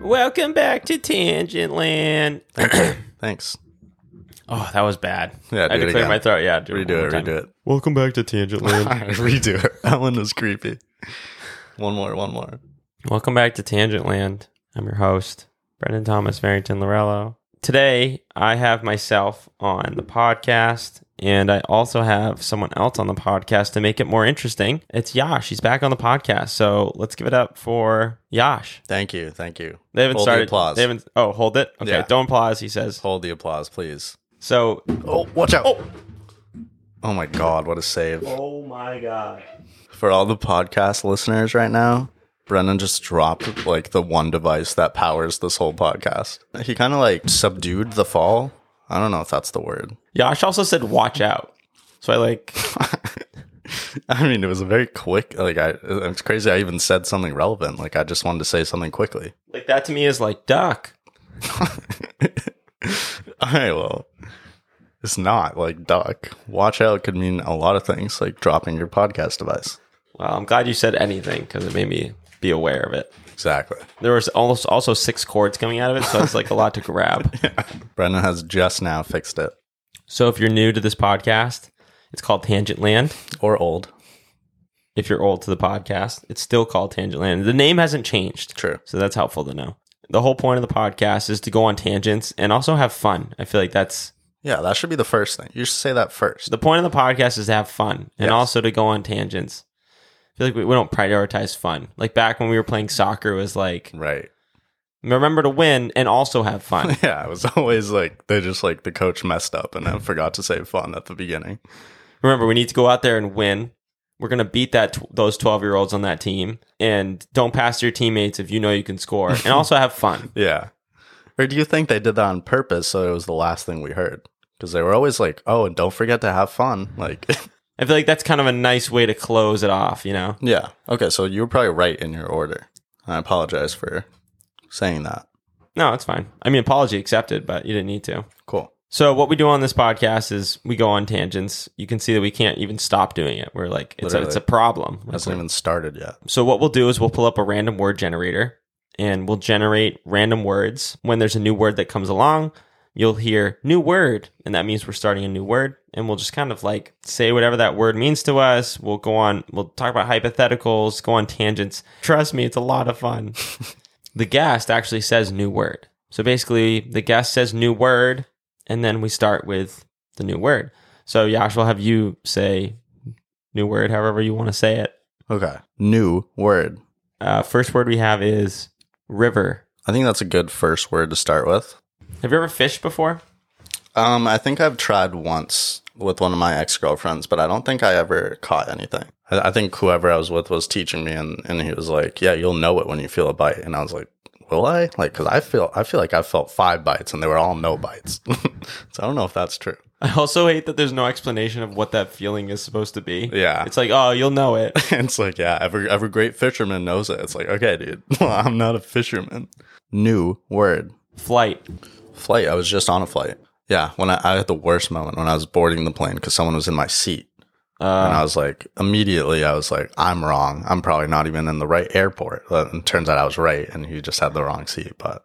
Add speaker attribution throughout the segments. Speaker 1: Welcome back to Tangent Land.
Speaker 2: Thanks.
Speaker 1: Oh, that was bad.
Speaker 2: Yeah,
Speaker 1: I had
Speaker 2: do
Speaker 1: to
Speaker 2: it
Speaker 1: clear
Speaker 2: again.
Speaker 1: my throat. Yeah, do
Speaker 2: Redo it.
Speaker 1: one more
Speaker 2: Redo it.
Speaker 1: Welcome back to Tangent Land.
Speaker 2: redo it. That one was creepy. One more. One more.
Speaker 1: Welcome back to Tangent Land. I'm your host, Brendan Thomas Farrington Lorello. Today, I have myself on the podcast, and I also have someone else on the podcast to make it more interesting. It's Yash. He's back on the podcast, so let's give it up for Yash.
Speaker 2: Thank you. Thank you.
Speaker 1: They haven't
Speaker 2: Hold the
Speaker 1: started.
Speaker 2: applause.
Speaker 1: They haven't. Oh, hold it. Okay,
Speaker 2: Yeah.
Speaker 1: don't applause. He says.
Speaker 2: Hold the applause, please.
Speaker 1: So.
Speaker 2: Oh, watch out. Oh. my God. What a save.
Speaker 1: Oh my god.
Speaker 2: For all the podcast listeners right now, Brennan just dropped like the one device that powers this whole podcast. He kind of like subdued the fall. I don't know if that's the word.
Speaker 1: Yash also said, "Watch out." So I like.
Speaker 2: I mean, it was a very quick, like, I, it's crazy. I even said something relevant. Like, I just wanted to say something quickly.
Speaker 1: Like that to me is like duck.
Speaker 2: All right, well, it's not like duck. Watch out could mean a lot of things, like dropping your podcast device.
Speaker 1: Well, I'm glad you said anything because it made me be aware of it.
Speaker 2: Exactly.
Speaker 1: There was almost also six chords coming out of it, so it's like a lot to grab.
Speaker 2: Brendan has just now fixed it.
Speaker 1: So if you're new to this podcast, it's called Tangent Land.
Speaker 2: Or old.
Speaker 1: If you're old to the podcast, it's still called Tangent Land. The name hasn't changed.
Speaker 2: True.
Speaker 1: So that's helpful to know. The whole point of the podcast is to go on tangents and also have fun. I feel like that's
Speaker 2: Yeah, that should be the first thing. You should say that first.
Speaker 1: the point of the podcast is to have fun and
Speaker 2: Yes.
Speaker 1: also to go on tangents. I feel like we, we don't prioritize fun. Like back when we were playing soccer, it was like
Speaker 2: Right.
Speaker 1: remember to win and also have fun.
Speaker 2: Yeah, it was always like, they just like, the coach messed up and I forgot to say fun at the beginning.
Speaker 1: remember, we need to go out there and win. We're gonna beat that tw- those twelve year olds on that team, and don't pass to your teammates if you know you can score, and also have fun.
Speaker 2: Yeah. Or do you think they did that on purpose so it was the last thing we heard? Because they were always like, oh, and don't forget to have fun. Like,
Speaker 1: I feel like that's kind of a nice way to close it off. You know,
Speaker 2: Yeah. Okay. So you were probably right in your order. I apologize for saying that.
Speaker 1: no, it's fine. I mean, apology accepted, but you didn't need to.
Speaker 2: Cool.
Speaker 1: So what we do on this podcast is we go on tangents. You can see that we can't even stop doing it. We're like it's a,
Speaker 2: Literally.
Speaker 1: it's a problem. Like,
Speaker 2: Hasn't even started yet.
Speaker 1: So what we'll do is we'll pull up a random word generator and we'll generate random words. When there's a new word that comes along, you'll hear new word and that means we're starting a new word and we'll just kind of like say whatever that word means to us. We'll go on we'll talk about hypotheticals, go on tangents. Trust me, it's a lot of fun. the guest actually says new word. So basically, the guest says new word and then we start with the new word. So Yash, we'll have you say new word however you want to say it.
Speaker 2: Okay. New word.
Speaker 1: Uh, first word we have is river.
Speaker 2: I think that's a good first word to start with.
Speaker 1: Have you ever fished before?
Speaker 2: Um, I think I've tried once with one of my ex girlfriends, but I don't think I ever caught anything. I, I think whoever I was with was teaching me, and, and he was like, "Yeah, you'll know it when you feel a bite." And I was like, "Will I?" Like, because I feel I feel like I felt five bites, and they were all no bites. so I don't know if that's true.
Speaker 1: I also hate that there's no explanation of what that feeling is supposed to be.
Speaker 2: Yeah.
Speaker 1: It's like, oh, you'll know it.
Speaker 2: And it's like, yeah, every every great fisherman knows it. It's like, okay, dude, well, I'm not a fisherman. New word.
Speaker 1: Flight.
Speaker 2: Flight. I was just on a flight. Yeah, when I, I had the worst moment when I was boarding the plane because someone was in my seat, and
Speaker 1: Uh,
Speaker 2: I was like, immediately, I was like, I'm wrong. I'm probably not even in the right airport. And it turns out I was right, and he just had the wrong seat. But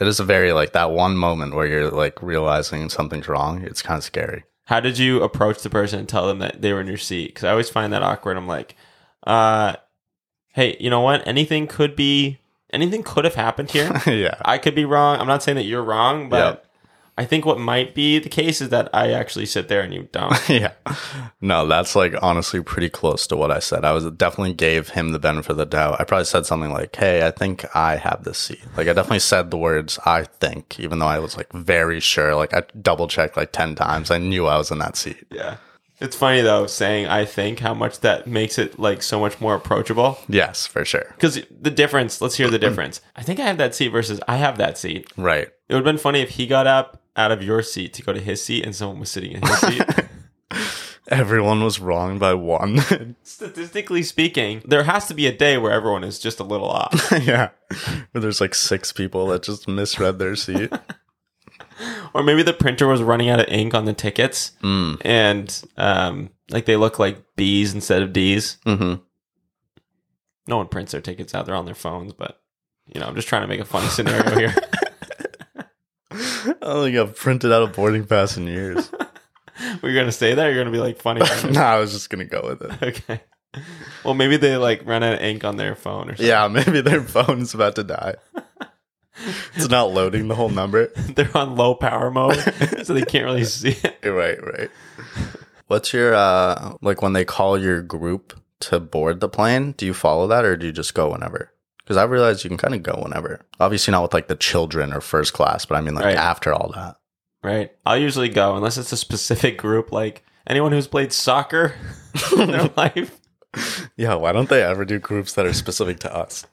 Speaker 2: it is a very like that one moment where you're like realizing something's wrong. It's kind of scary.
Speaker 1: how did you approach the person and tell them that they were in your seat? Because I always find that awkward. I'm like, uh, hey, you know what? Anything could be, anything could have happened here.
Speaker 2: yeah.
Speaker 1: I could be wrong. I'm not saying that you're wrong, but
Speaker 2: Yep.
Speaker 1: I think what might be the case is that I actually sit there and you don't.
Speaker 2: yeah. No, that's like honestly pretty close to what I said. I was definitely gave him the benefit of the doubt. I probably said something like, "Hey, I think I have this seat." Like I definitely said the words "I think," even though I was like very sure. Like I double checked like ten times. I knew I was in that seat.
Speaker 1: Yeah. It's funny though, saying I think how much that makes it like so much more approachable.
Speaker 2: Yes, for sure.
Speaker 1: Because the difference, let's hear the difference. I think I have that seat versus I have that seat.
Speaker 2: Right.
Speaker 1: It would have been funny if he got up out of your seat to go to his seat and someone was sitting in his seat.
Speaker 2: Everyone was wrong by one.
Speaker 1: Statistically speaking, there has to be a day where everyone is just a little off.
Speaker 2: yeah. Where there's like six people that just misread their seat.
Speaker 1: or maybe the printer was running out of ink on the tickets
Speaker 2: Mm.
Speaker 1: and um, like they look like B's instead of D's.
Speaker 2: hmm
Speaker 1: No one prints their tickets out, they're on their phones, but You know, I'm just trying to make a funny scenario here.
Speaker 2: I don't think I've printed out a boarding pass in years.
Speaker 1: We're gonna say that. You're gonna be like funny. about it.
Speaker 2: nah, I was just gonna go with it.
Speaker 1: Okay. Well, maybe they like run out of ink on their phone or something.
Speaker 2: Yeah, maybe their phone's about to die. It's not loading the whole number.
Speaker 1: They're on low power mode, so they can't really see it.
Speaker 2: You're right, right. What's your uh like when they call your group to board the plane? Do you follow that or do you just go whenever? Because I realize you can kind of go whenever. Obviously, not with like the children or first class, but I mean like
Speaker 1: Right.
Speaker 2: after all that.
Speaker 1: Right. I'll usually go unless it's a specific group, like anyone who's played soccer in their life.
Speaker 2: Yeah, why don't they ever do groups that are specific to us?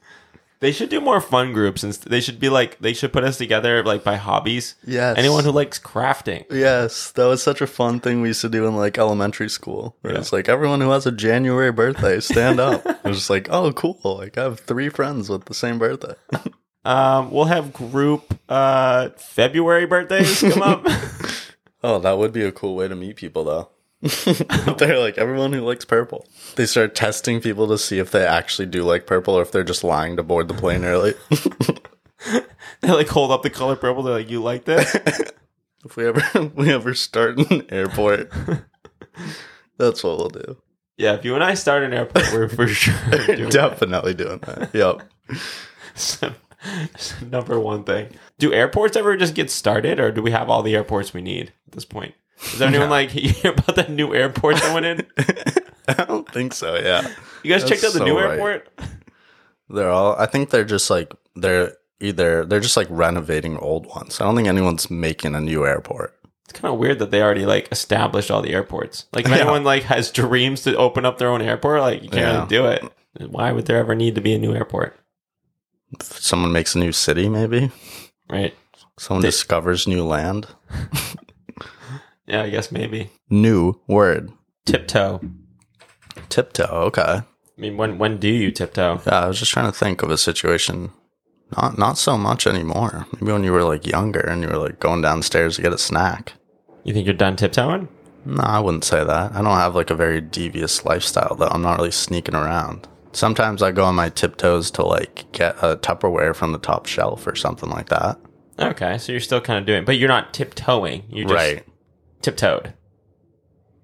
Speaker 1: They should do more fun groups, and they should be like they should put us together like by hobbies.
Speaker 2: Yes.
Speaker 1: Anyone who likes crafting.
Speaker 2: Yes, that was such a fun thing we used to do in like elementary school. Where it's like everyone who has a January birthday, stand up. it was just like, oh, cool. Like I have three friends with the same birthday.
Speaker 1: Um, we'll have group uh, February birthdays come up.
Speaker 2: Oh, that would be a cool way to meet people, though. They're like everyone who likes purple. They start testing people to see if they actually do like purple or if they're just lying to board the plane early.
Speaker 1: they like hold up the color purple. They're like, "You like this?"
Speaker 2: if we ever we ever start an airport, that's what we'll do.
Speaker 1: yeah. If you and I start an airport, we're for sure doing
Speaker 2: Definitely doing that. Yep.
Speaker 1: So- so number one thing. Do airports ever just get started, or do we have all the airports we need at this point? Is there anyone like you hear about that new airport that went in?
Speaker 2: I don't think so. Yeah.
Speaker 1: You guys checked out
Speaker 2: That's
Speaker 1: the
Speaker 2: so
Speaker 1: new
Speaker 2: right.
Speaker 1: airport?
Speaker 2: They're all. I think they're just like they're either they're just like renovating old ones. I don't think anyone's making a new airport.
Speaker 1: It's kind of weird that they already like established all the airports. Like if
Speaker 2: Yeah.
Speaker 1: anyone like has dreams to open up their own airport, like you can't really do it. Why would there ever need to be a new airport?
Speaker 2: If someone makes a new city, maybe
Speaker 1: Right?
Speaker 2: someone
Speaker 1: They-
Speaker 2: discovers new land,
Speaker 1: Yeah, I guess maybe
Speaker 2: new word,
Speaker 1: tiptoe.
Speaker 2: tiptoe. Okay,
Speaker 1: I mean, when when do you tiptoe?
Speaker 2: yeah. I was just trying to think of a situation. Not not so much anymore. Maybe when you were like younger and you were like going downstairs to get a snack.
Speaker 1: You think you're done tiptoeing?
Speaker 2: No, I wouldn't say that. I don't have like a very devious lifestyle though. I'm not really sneaking around. Sometimes I go on my tiptoes to like get a Tupperware from the top shelf or something like that.
Speaker 1: Okay, so you're still kind of doing, but you're not tiptoeing. You just tiptoed.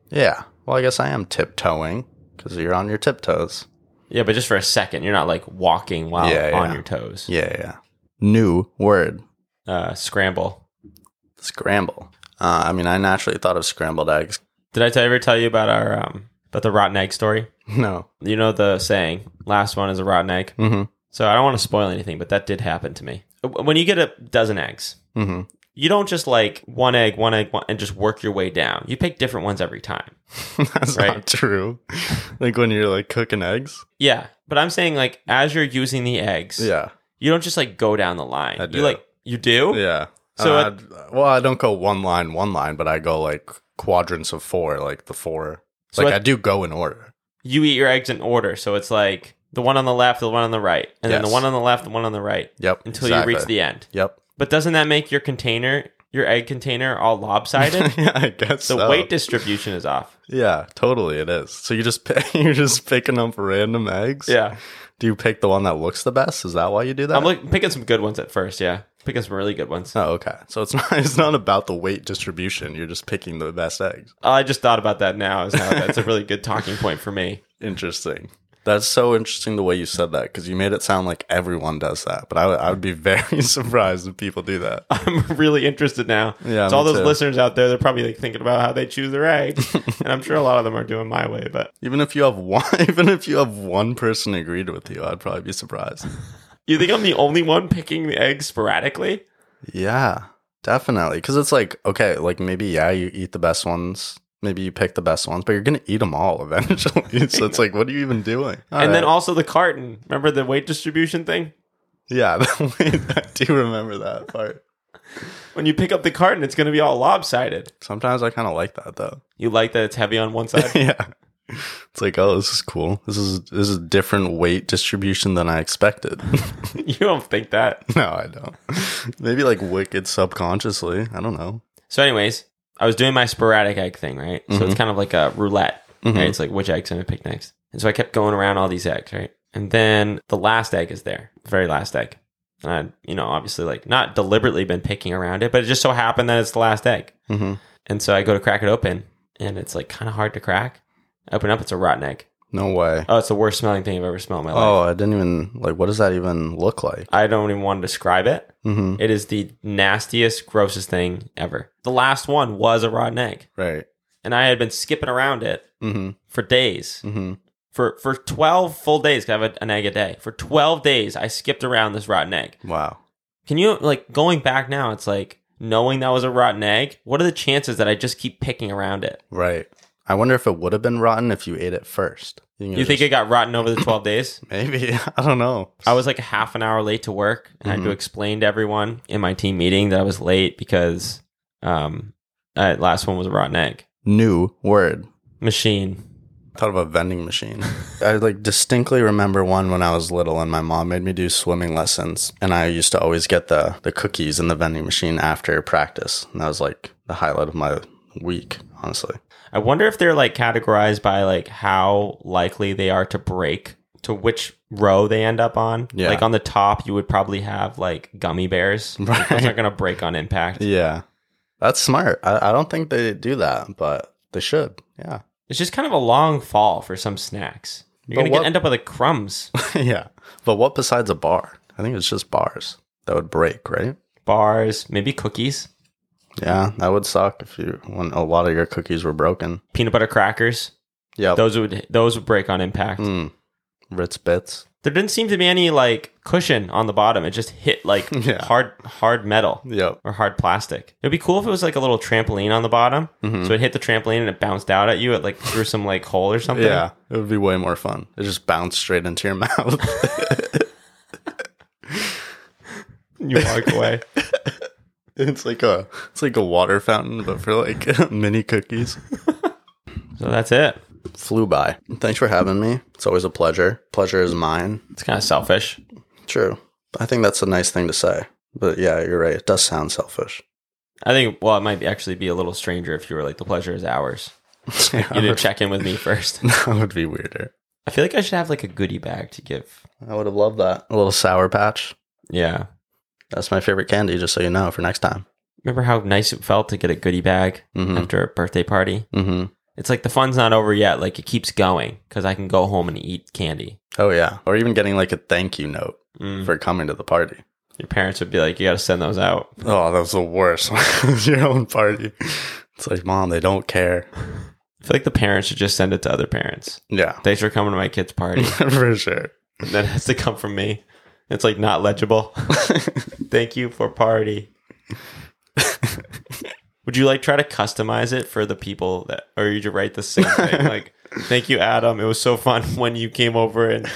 Speaker 2: Yeah. Well, I guess I am tiptoeing because you're on your tiptoes.
Speaker 1: Yeah, but just for a second, you're not like walking while
Speaker 2: Yeah, yeah.
Speaker 1: on your toes.
Speaker 2: Yeah, yeah. New word.
Speaker 1: Uh, scramble.
Speaker 2: Scramble. Uh, I mean, I naturally thought of scrambled eggs.
Speaker 1: Did I t- ever tell you about our um, about the rotten egg story?
Speaker 2: No.
Speaker 1: You know the saying, "Last one is a rotten egg."
Speaker 2: Mm-hmm.
Speaker 1: So I don't want to spoil anything, but that did happen to me. Uh, W- When you get a dozen eggs,
Speaker 2: Mm-hmm.
Speaker 1: you don't just like one egg, one egg, one, and just work your way down. You pick different ones every time.
Speaker 2: That's
Speaker 1: Right.
Speaker 2: not true. like when you're like cooking eggs.
Speaker 1: Yeah, but I'm saying like as you're using the eggs,
Speaker 2: Yeah.
Speaker 1: you don't just like go down the line.
Speaker 2: I
Speaker 1: You
Speaker 2: do.
Speaker 1: like you do.
Speaker 2: Yeah.
Speaker 1: So
Speaker 2: So well, I don't go one line, one line, but I go like quadrants of four, like the four.
Speaker 1: So
Speaker 2: like
Speaker 1: at-
Speaker 2: I do go in order.
Speaker 1: you eat your eggs in order. So it's like the one on the left, the one on the right, and then the
Speaker 2: Yes.
Speaker 1: one on the left, the one on the right,
Speaker 2: Yep.
Speaker 1: until you reach the end.
Speaker 2: Yep.
Speaker 1: But doesn't that make your container, your egg container, all lopsided?
Speaker 2: yeah, I guess
Speaker 1: the
Speaker 2: so.
Speaker 1: weight distribution is off.
Speaker 2: Yeah, totally. It is. So you just pick, you're just picking up random eggs.
Speaker 1: Yeah,
Speaker 2: Do you pick the one that looks the best? Is that why you do that?
Speaker 1: I'm look, picking some good ones at first. Yeah, picking some really good ones.
Speaker 2: oh, okay. So it's not it's not about the weight distribution. You're just picking the best eggs.
Speaker 1: I just thought about that now. Is how that's a really good talking point for me.
Speaker 2: Interesting. That's so interesting the way you said that because you made it sound like everyone does that. But I would- I would be very surprised if people do that.
Speaker 1: I'm really interested now.
Speaker 2: Yeah,
Speaker 1: so all
Speaker 2: me
Speaker 1: those
Speaker 2: too.
Speaker 1: listeners out there, they're probably like thinking about how they choose their egg, and I'm sure a lot of them are doing my way. But
Speaker 2: Even if you have one, even if you have one person agreed with you, I'd probably be surprised.
Speaker 1: you think I'm the only one picking the eggs sporadically?
Speaker 2: yeah, definitely. Because it's like, okay, like maybe yeah, you eat the best ones, maybe you pick the best ones, but you're gonna eat them all eventually. so it's like, what are you even doing? All
Speaker 1: and then
Speaker 2: right.
Speaker 1: also the carton. Remember the weight distribution thing?
Speaker 2: yeah, that way- I do remember that part.
Speaker 1: When you pick up the carton, it's going to be all lopsided.
Speaker 2: Sometimes I kind of like that though.
Speaker 1: You like that it's heavy on one side?
Speaker 2: yeah, it's like, oh, this is cool. This is this is a different weight distribution than I expected.
Speaker 1: you don't think that.
Speaker 2: no, I don't. maybe like wicked subconsciously. I don't know.
Speaker 1: So, anyways, I was doing my sporadic egg thing, right? So
Speaker 2: Mm-hmm.
Speaker 1: it's kind of like a roulette. Right? It's like which egg's going to pick next. And so I kept going around all these eggs, right? And then the last egg is there, the very last egg. And I, you know, obviously like not deliberately been picking around it, but it just so happened that it's the last egg.
Speaker 2: Mm-hmm.
Speaker 1: And so I go to crack it open and it's like kind of hard to crack. Open up, it's a rotten egg.
Speaker 2: No way.
Speaker 1: Oh, it's the worst smelling thing I've ever smelled in my life.
Speaker 2: Oh, I didn't even like. What does that even look like?
Speaker 1: I don't even want to describe it.
Speaker 2: Mm-hmm.
Speaker 1: It is the nastiest, grossest thing ever. The last one was a rotten egg.
Speaker 2: Right.
Speaker 1: And I had been skipping around it
Speaker 2: Mm-hmm.
Speaker 1: for days.
Speaker 2: Mm-hmm.
Speaker 1: For for 12 full days, 'cause I have a- an egg a day. For 12 days, I skipped around this rotten egg.
Speaker 2: Wow.
Speaker 1: Can you like going back now? It's like knowing that was a rotten egg. What are the chances that I just keep picking around it?
Speaker 2: Right. I wonder if it would have been rotten if you ate it first.
Speaker 1: You think it got rotten over the twelve days?
Speaker 2: maybe? I don't know.
Speaker 1: I was like a half an hour late to work, and I had to
Speaker 2: Mm-hmm.
Speaker 1: explain to everyone in my team meeting that I was late because um, uh, last one was a rotten egg
Speaker 2: new word.
Speaker 1: machine.
Speaker 2: Thought of a vending machine. I like distinctly remember one when I was little, and my mom made me do swimming lessons, and I used to always get the the cookies in the vending machine after practice, and that was like the highlight of my week, honestly.
Speaker 1: I wonder if they're like categorized by like how likely they are to break to which row they end up on.
Speaker 2: Yeah.
Speaker 1: Like on the top, you would probably have like gummy bears. Like, Those
Speaker 2: Right.
Speaker 1: aren't going to break on impact.
Speaker 2: Yeah, that's smart. I, I don't think they do that, but they should. Yeah,
Speaker 1: It's just kind of a long fall for some snacks. You're
Speaker 2: But
Speaker 1: gonna get,
Speaker 2: what-
Speaker 1: end up with like crumbs,
Speaker 2: yeah. But what besides a bar? I think it's just bars that would break, right?
Speaker 1: bars, maybe cookies,
Speaker 2: Yeah, that would suck if you when a lot of your cookies were broken.
Speaker 1: peanut butter crackers.
Speaker 2: Yeah,
Speaker 1: Those would those would break on impact.
Speaker 2: mm, Ritz bits.
Speaker 1: There didn't seem to be any like cushion on the bottom. It just hit like
Speaker 2: Yeah.
Speaker 1: hard hard metal
Speaker 2: Yep.
Speaker 1: or hard plastic. It'd be cool if it was like a little trampoline on the bottom,
Speaker 2: Mm-hmm.
Speaker 1: so it hit the trampoline and it bounced out at you. It like through some like hole or something.
Speaker 2: Yeah, it would be way more fun. It just bounced straight into your mouth.
Speaker 1: you walk away.
Speaker 2: it's like a it's like a water fountain, but for like mini cookies.
Speaker 1: so that's it.
Speaker 2: Flew by. Thanks for having me. It's always a pleasure. Pleasure is mine.
Speaker 1: It's kind of selfish.
Speaker 2: True. I think that's a nice thing to say. But yeah, you're right. It does sound selfish.
Speaker 1: I think. Well, it might be, actually be a little stranger if you were like the pleasure is ours. You
Speaker 2: that
Speaker 1: didn't check in with me first.
Speaker 2: would be weirder.
Speaker 1: I feel like I should have like a goodie bag to give.
Speaker 2: I would have loved that. A little sour patch.
Speaker 1: Yeah.
Speaker 2: That's my favorite candy, just so you know, for next time.
Speaker 1: Remember how nice it felt to get a goodie bag
Speaker 2: Mm-hmm.
Speaker 1: after a birthday party?
Speaker 2: Mm-hmm.
Speaker 1: It's like the fun's not over yet. Like it keeps going because I can go home and eat candy.
Speaker 2: Oh yeah. Or even getting like a thank you note
Speaker 1: Mm.
Speaker 2: for coming to the party.
Speaker 1: Your parents would be like, you got to send those out.
Speaker 2: Oh, that was the worst. It was Your own party. It's like, mom, they don't care.
Speaker 1: I feel like the parents should just send it to other parents.
Speaker 2: Yeah,
Speaker 1: Thanks for coming to my kid's party.
Speaker 2: for sure.
Speaker 1: and that has to come from me. It's like not legible. Thank you for party. Would you like try to customize it for the people that, or you just write the same thing? Like, thank you, Adam. It was so fun when you came over and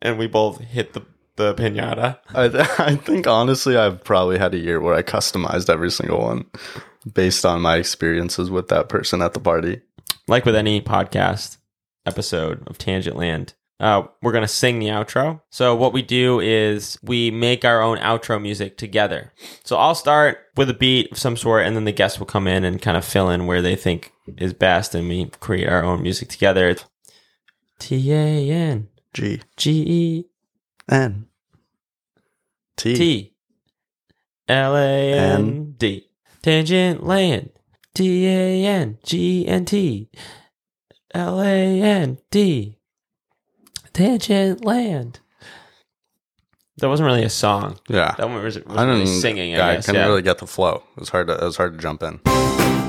Speaker 1: and we both hit the the pinata.
Speaker 2: I, th- I think honestly, I've probably had a year where I customized every single one based on my experiences with that person at the party.
Speaker 1: Like with any podcast episode of Tangent Land, uh, we're gonna sing the outro. So what we do is we make our own outro music together. So I'll start with a beat of some sort, and then the guests will come in and kind of fill in where they think is best, and we create our own music together. T A N
Speaker 2: G
Speaker 1: G E
Speaker 2: N T.
Speaker 1: T L A N D. Tangent land. T A N G N T L A N D. Tangent land. That wasn't really a song.
Speaker 2: Yeah,
Speaker 1: That one was, was
Speaker 2: I
Speaker 1: really
Speaker 2: don't
Speaker 1: singing, I
Speaker 2: yeah, I
Speaker 1: guess.
Speaker 2: couldn't
Speaker 1: yeah.
Speaker 2: really get the flow. It was hard to. It was hard to jump in.